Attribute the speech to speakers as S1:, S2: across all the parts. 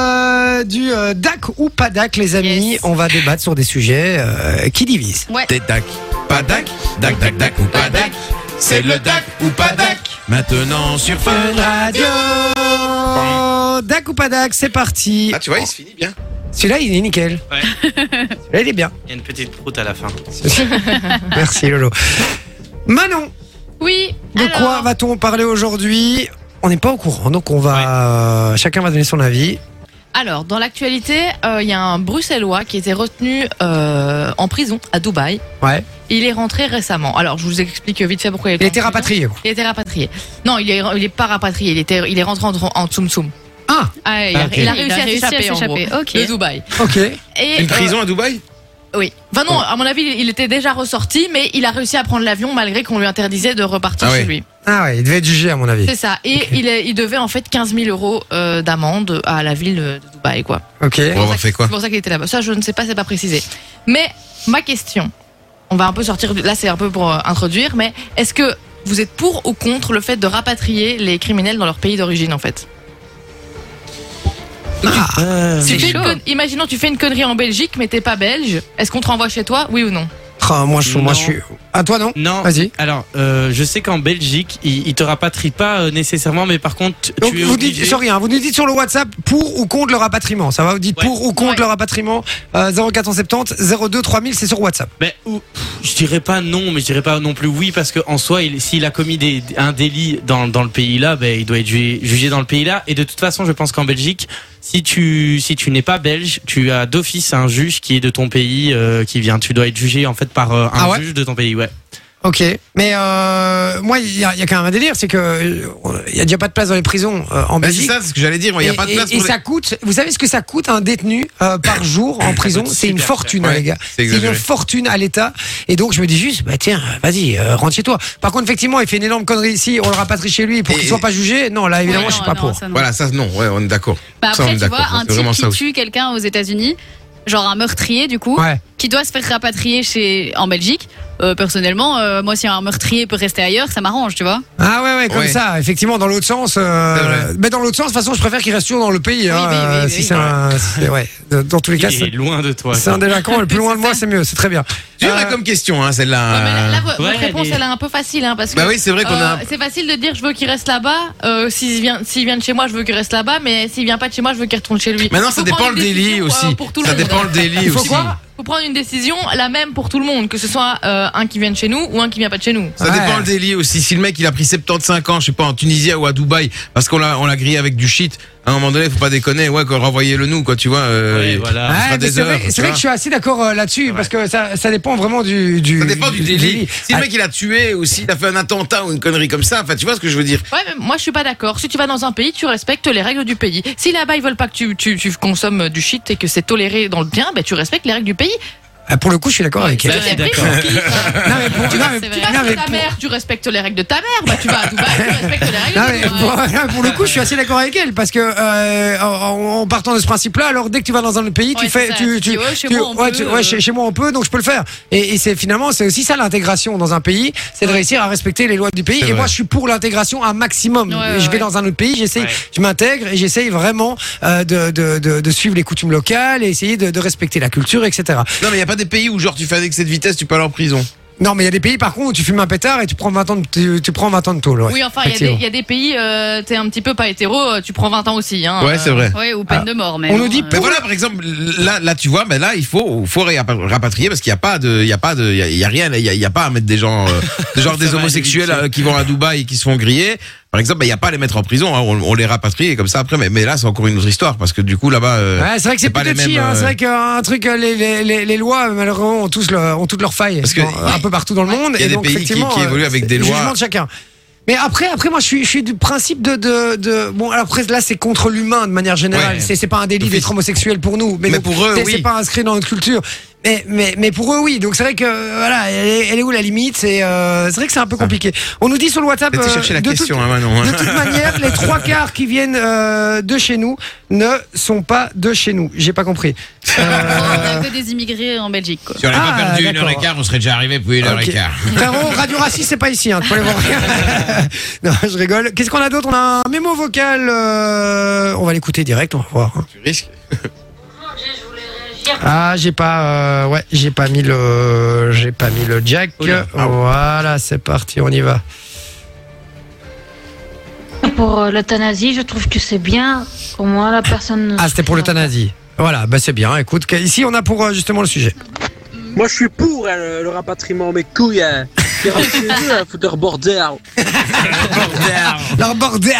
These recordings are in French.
S1: euh, du euh, DAC ou pas DAC, les amis.
S2: Yes.
S1: On va débattre sur des sujets euh, qui divisent.
S2: Ouais.
S3: T'es dac, pas dac, dac, dac, dac ou pas dac. C'est le dac ou pas dac. Maintenant sur Fun Radio.
S1: Oh, DAC ou pas DAC, c'est parti.
S3: Ah, tu vois, il se finit bien.
S1: Celui-là, il est nickel.
S4: Ouais.
S1: Celui-là, il est bien.
S4: Il y a une petite proute à la fin.
S1: Merci, Lolo. Manon,
S2: Oui.
S1: de
S2: alors,
S1: quoi va-t-on parler aujourd'hui On n'est pas au courant, donc on va. euh, Chacun va donner son avis.
S2: Alors, dans l'actualité, euh, il y a un Bruxellois qui était retenu euh, en prison à Dubaï.
S1: Ouais.
S2: Il est rentré récemment. Alors, je vous explique vite fait pourquoi il était.
S1: Il a été
S2: en prison.
S1: rapatrié. quoi.
S2: Il était rapatrié. Non, il est, il est pas rapatrié. Il était, il est rentré en, en Tsum Tsum.
S1: Ah,
S2: Ah, il, a,
S1: Ah, ok.
S2: il a
S5: Il
S2: réussi à s'échapper en gros.
S5: Ok.
S2: De Dubaï.
S1: ok.
S2: Et,
S3: Une
S2: euh,
S3: prison à Dubaï
S2: Oui. Enfin non, à mon avis, il il était déjà ressorti, mais il a réussi à prendre l'avion malgré qu'on lui interdisait de repartir
S3: Ah
S2: chez
S3: ouais.
S2: lui.
S1: Ah ouais, il devait être jugé, à mon avis.
S2: C'est ça. Et
S1: Ok.
S2: il, est- il devait en fait 15 000 euros euh, d'amende à la ville de Dubaï, quoi.
S1: Ok.
S3: Pour avoir
S2: ça-
S3: fait quoi
S2: C'est pour ça qu'il était là-bas. Ça, je ne sais pas, c'est pas précisé. Mais ma question, on va un peu sortir. du- Là, c'est un peu pour euh, introduire, mais est-ce que vous êtes pour ou contre le fait de rapatrier les criminels dans leur pays d'origine, en fait
S1: Ah,
S2: Tu fais
S5: chaud.
S2: une con- Imaginons, tu fais une connerie en Belgique, mais t'es pas belge. Est-ce qu'on te renvoie chez toi, oui ou non
S1: Ah, moi, je, moi, je suis. À toi, non
S4: Non.
S1: Vas-y.
S4: Alors, euh, je sais qu'en Belgique, ils, ils te rapatrient pas euh, nécessairement, mais par contre, tu
S1: Donc
S4: es
S1: vous
S4: obligé-
S1: dites sur rien, vous nous dites sur le WhatsApp pour ou contre le rapatriement. Ça va, vous dites
S4: Ouais.
S1: pour ou contre
S2: Ouais.
S1: le rapatriement euh, 0470 02 3000, c'est sur WhatsApp.
S4: Ben, ou- pff, je dirais pas non, mais je dirais pas non plus oui, parce que en soi, il- s'il a commis des, un délit dans, dans le pays là, ben, il doit être ju- jugé dans le pays là. Et de toute façon, je pense qu'en Belgique, si tu, si tu n'es pas belge, tu as d'office un juge qui est de ton pays, euh, qui vient. Tu dois être jugé en fait par euh, un
S1: Ah ouais
S4: juge de ton pays, ouais.
S1: Ok, mais euh, moi, il y, a il y a quand même un délire, c'est que euh, il y a déjà pas de place dans les prisons euh, en
S3: Bah, C'est
S1: Belgique.
S3: ça, c'est ce que j'allais dire. Il n'y a
S1: Et-
S3: pas de
S1: et-
S3: place
S1: et
S3: pour les-
S1: ça coûte, vous savez ce que ça coûte un détenu euh, par jour
S3: Ah,
S1: en prison
S4: coûte
S1: C'est une
S4: super
S1: fortune,
S3: cher.
S1: hein, les gars.
S3: C'est
S1: C'est une
S3: exagéré.
S1: fortune à l'État. Et donc, je me dis juste, bah tiens, vas-y, euh, rentre chez toi. Par contre, effectivement, il fait une énorme connerie ici, on le rapatrie chez lui pour qu'il
S3: Et-
S1: soit pas jugé. Non, là, évidemment,
S5: Ouais,
S1: je suis
S5: non,
S1: pas
S5: non,
S1: pour.
S5: ça, non.
S3: Voilà, ça, non, ouais, on est d'accord.
S5: Bah
S3: Ça, on est
S5: après, tu
S3: d'accord,
S5: vois,
S3: c'est
S5: un
S3: vraiment
S5: type qui
S3: ça aussi.
S5: tue quelqu'un aux États-Unis, genre un meurtrier du coup,
S1: Ouais.
S5: qui doit se faire rapatrier chez en Belgique. euh, personnellement, euh, moi, si un meurtrier peut rester ailleurs, ça m'arrange, tu vois.
S1: Ah ouais, ouais, comme
S3: Ouais.
S1: ça, effectivement, dans l'autre sens. euh,
S3: C'est vrai.
S1: mais dans l'autre sens, de toute façon, je préfère qu'il reste toujours dans le pays. hein,
S2: oui, oui,
S1: euh,
S2: oui,
S1: si
S2: oui.
S1: c'est un- si- ouais, de- dans tous les cas,
S4: Il est
S1: c'est
S4: loin de toi.
S1: c'est un
S4: quoi.
S1: délinquant. Le plus loin de moi, c'est mieux. C'est très bien.
S3: Dur
S1: Euh,
S3: là comme question, hein,
S2: Ouais, mais là,
S3: celle-là.
S2: là, vo-
S4: ouais,
S2: votre réponse,
S4: mais-
S2: elle est un peu facile, hein, parce que.
S3: Bah oui, c'est vrai qu'on a.
S2: euh, C'est facile de dire je veux qu'il reste là-bas. Euh, s'il vient, s'il vient de chez moi, je veux qu'il reste là-bas. Mais s'il vient pas de chez moi, je veux qu'il retourne chez lui.
S3: Maintenant, ça
S2: Faut
S3: dépend
S2: prendre
S3: le
S2: une
S3: délit
S2: décision pour, euh,
S3: aussi.
S2: pour tout le
S3: Ça
S2: monde.
S3: dépend le délit
S1: Il faut
S3: aussi.
S1: quoi
S2: Faut prendre une décision la même pour tout le monde, que ce soit euh, un qui vient de chez nous ou un qui vient pas de chez nous.
S3: Ça
S1: Ouais.
S3: dépend le délit aussi. Si le mec il a pris 75 ans, je sais pas, en Tunisie ou à Dubaï, parce qu'on l'a, on l'a grillé avec du shit, à un moment donné, faut pas déconner, ouais, quoi, renvoyez-le nous, quoi, tu vois. euh,
S4: Ouais,
S3: il-
S4: voilà.
S3: il
S1: Ouais,
S3: fera
S1: mais
S3: des
S1: c'est vrai,
S3: heures, tu
S1: c'est vrai
S3: vois.
S1: que je suis assez d'accord euh, là-dessus parce que ça, ça dépend vraiment du, du-
S3: Ça dépend du délit. Si
S1: Ah,
S3: le mec il a tué ou s'il a fait un attentat ou une connerie comme ça, enfin, tu vois ce que je veux dire.
S2: Ouais, mais moi je suis pas d'accord. Si tu vas dans un pays, tu respectes les règles du pays. Si là-bas ils veulent pas que tu, tu, tu consommes du shit et que c'est toléré dans le bien, ben tu respectes les règles du pays.
S1: ah, pour le coup, je suis d'accord avec
S2: Tu
S1: elle.
S4: là,
S2: t'es pris
S4: d'accord.
S2: pour qui, ça
S1: Non, mais pour- non, mais-
S5: c'est vrai.
S2: Tu vas
S1: non, mais
S2: chez ta
S1: pour-
S2: mère, tu respectes les règles de ta mère. Bah tu vas à Dubaï, tu respectes les règles.
S1: non,
S2: de
S1: mais
S2: ta mère.
S1: pour, pour le coup, je suis assez d'accord avec elle parce que euh, en, en partant de ce principe-là, alors dès que tu vas dans un autre pays, tu
S5: Ouais,
S1: fais,
S5: c'est ça.
S1: tu,
S5: Tu
S1: tu-
S5: dis, ouais, chez
S1: tu-
S5: moi, on
S1: ouais,
S5: peut,
S1: tu- ouais,
S5: euh.
S1: chez, chez moi on peut, donc je peux le faire. Et, et c'est finalement, c'est aussi ça l'intégration dans un pays, c'est de réussir à respecter les lois du pays. Et
S3: C'est vrai.
S1: moi, je suis pour l'intégration un maximum.
S5: Ouais, ouais,
S1: je vais
S5: ouais.
S1: dans un autre pays, j'essaye,
S4: Ouais.
S1: je m'intègre et j'essaye vraiment euh, de, de, de, de suivre les coutumes locales et essayer de, de respecter la culture, etc.
S3: Non, mais il y a pas des pays où genre tu fais avec cette vitesse, tu peux aller en prison.
S1: Non, mais il y a des pays par contre où tu fumes un pétard et tu prends 20 ans de, tu, tu prends 20 ans de tôle. ouais.
S2: Oui, enfin, il y a des- il y, a des pays, euh, t'es un petit peu pas hétéro, euh, tu prends 20 ans aussi. Hein,
S3: Ouais, c'est vrai.
S5: Ouais, ou peine de mort, même.
S1: on nous dit
S5: hein.
S3: Mais voilà, par exemple, là, là, tu vois, mais là, il faut, faut réapa- rapatrier parce qu'il n'y a pas de, il y a pas de, il y a- il y, a rien, il y a, il y a pas à mettre des gens, euh, de genre des
S4: va,
S3: homosexuels
S4: les victimes.
S3: euh, qui vont à Dubaï et qui se font griller. Par exemple, ben, il n'y a pas à les mettre en prison, hein, on, on les rapatrie et comme ça après. Mais, mais là, c'est encore une autre histoire parce que du coup, là-bas, euh,
S1: Ouais, c'est vrai que c'est
S3: c'est pas
S1: plus
S3: les
S1: touchy,
S3: mêmes,
S1: hein.
S3: euh,
S1: c'est vrai qu'un truc, euh, les, les, les, les lois, malheureusement, ont, tous leur- ont toutes leurs failles.
S3: Parce que
S1: dans- un peu partout dans le monde.
S3: il y a
S1: et
S3: des
S1: donc,
S3: pays qui-
S1: effectivement,
S3: qui
S1: euh,
S3: évoluent avec
S1: c'est
S3: des
S1: le
S3: lois.
S1: jugement de chacun. Mais après, après, moi, je suis, je suis du principe de, de, de- bon, alors après, là, c'est contre l'humain de manière générale.
S3: Ouais.
S1: C'est, c'est pas un délit
S3: Le
S1: d'être
S3: fils.
S1: homosexuel pour nous. Mais,
S3: Mais
S1: donc,
S3: pour eux,
S1: c'est,
S3: oui.
S1: c'est pas inscrit dans notre culture. Mais, mais, mais pour eux, oui. Donc, c'est vrai que, euh, voilà, elle est, elle est où la limite? C'est, euh, c'est vrai que c'est un peu compliqué. On nous dit sur le WhatsApp.
S3: t'as été
S1: euh,
S3: Ah. chercher la
S1: de toute-
S3: question, hein, Manon. hein.
S1: de toute manière, les trois quarts qui viennent euh, de chez nous ne sont pas de chez nous. J'ai pas compris. Euh,
S5: On a que des immigrés en Belgique, quoi.
S3: Si on n'avait
S1: Ah,
S3: pas perdu une
S1: d'accord.
S3: heure et quart, on serait déjà arrivé pour une heure
S1: Ok.
S3: et quart.
S1: Frérot, Radio Raciste, c'est pas ici. Hein, tu peux aller voir. non, je rigole. Qu'est-ce qu'on a d'autre On a un mémo vocal. euh, on va l'écouter direct, on va voir. hein.
S3: Tu risques?
S1: Ah, j'ai pas, euh, ouais, j'ai pas mis le, j'ai pas mis le jack.
S4: Oula. Ah ouais.
S1: Voilà, c'est parti, on y va.
S6: Pour euh, l'euthanasie, je trouve que c'est bien. Pour moi, la personne.
S1: Ah, c'était pour l'euthanasie. Voilà, bah c'est bien. Écoute, que- ici on a pour euh, justement le sujet.
S7: Moi, je suis pour hein, le, le rapatriement, mes couilles. Hein. C'est raciste, hein, fouteur bordel.
S1: Leur bordel.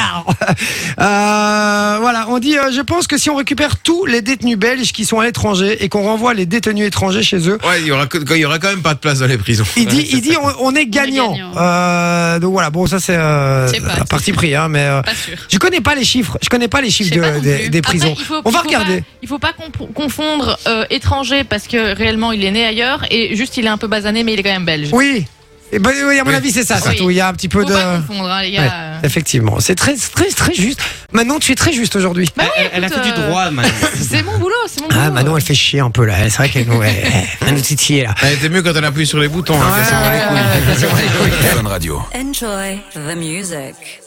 S1: Euh, voilà, on dit, euh, je pense que si on récupère tous les détenus belges qui sont à l'étranger et qu'on renvoie les détenus étrangers chez eux.
S3: Ouais, il y aura, que- il y aura quand même pas de place dans les prisons.
S1: Il dit, il dit, on, on est gagnant.
S5: gagnant.
S1: Euh, donc voilà, bon, ça c'est euh,
S2: Je sais pas.
S1: à parti pris, hein, mais euh,
S2: Pas sûr.
S1: je connais pas les chiffres. Je connais pas les
S2: Je
S1: chiffres
S2: sais pas
S1: de-
S2: non
S1: des,
S2: plus.
S1: des
S2: Après,
S1: prisons.
S2: il faut-
S1: on
S2: il
S1: va
S2: faut pas-
S1: regarder.
S2: il faut pas comp- confondre euh, étranger parce que réellement il est né ailleurs et juste il est un peu basané mais il est quand même belge.
S1: Oui. Et ben, oui, à mon
S3: Oui.
S1: avis, c'est ça.
S2: Oui.
S1: Surtout, il y a un petit peu
S2: Faut
S1: de.
S2: pas confondre hein, les gars.
S1: Ouais.
S2: Euh,
S1: Effectivement, c'est très, très, très juste. Manon, tu es très juste aujourd'hui.
S2: Bah oui,
S4: Elle- Elle a
S2: écoute,
S4: fait du
S2: euh,
S4: droit, Manon.
S2: C'est mon boulot, c'est mon boulot.
S1: Ah, Manon, elle fait chier un peu là. C'est vrai qu'elle nous, elle, elle nous titillait là.
S3: Elle était mieux quand elle
S2: Euh,
S3: appuyait sur les boutons. hein,
S1: Ouais,
S3: qu'elle s'en bat les
S1: ouais,
S3: couilles.
S1: ouais, ouais, ouais.
S8: Enjoy the music.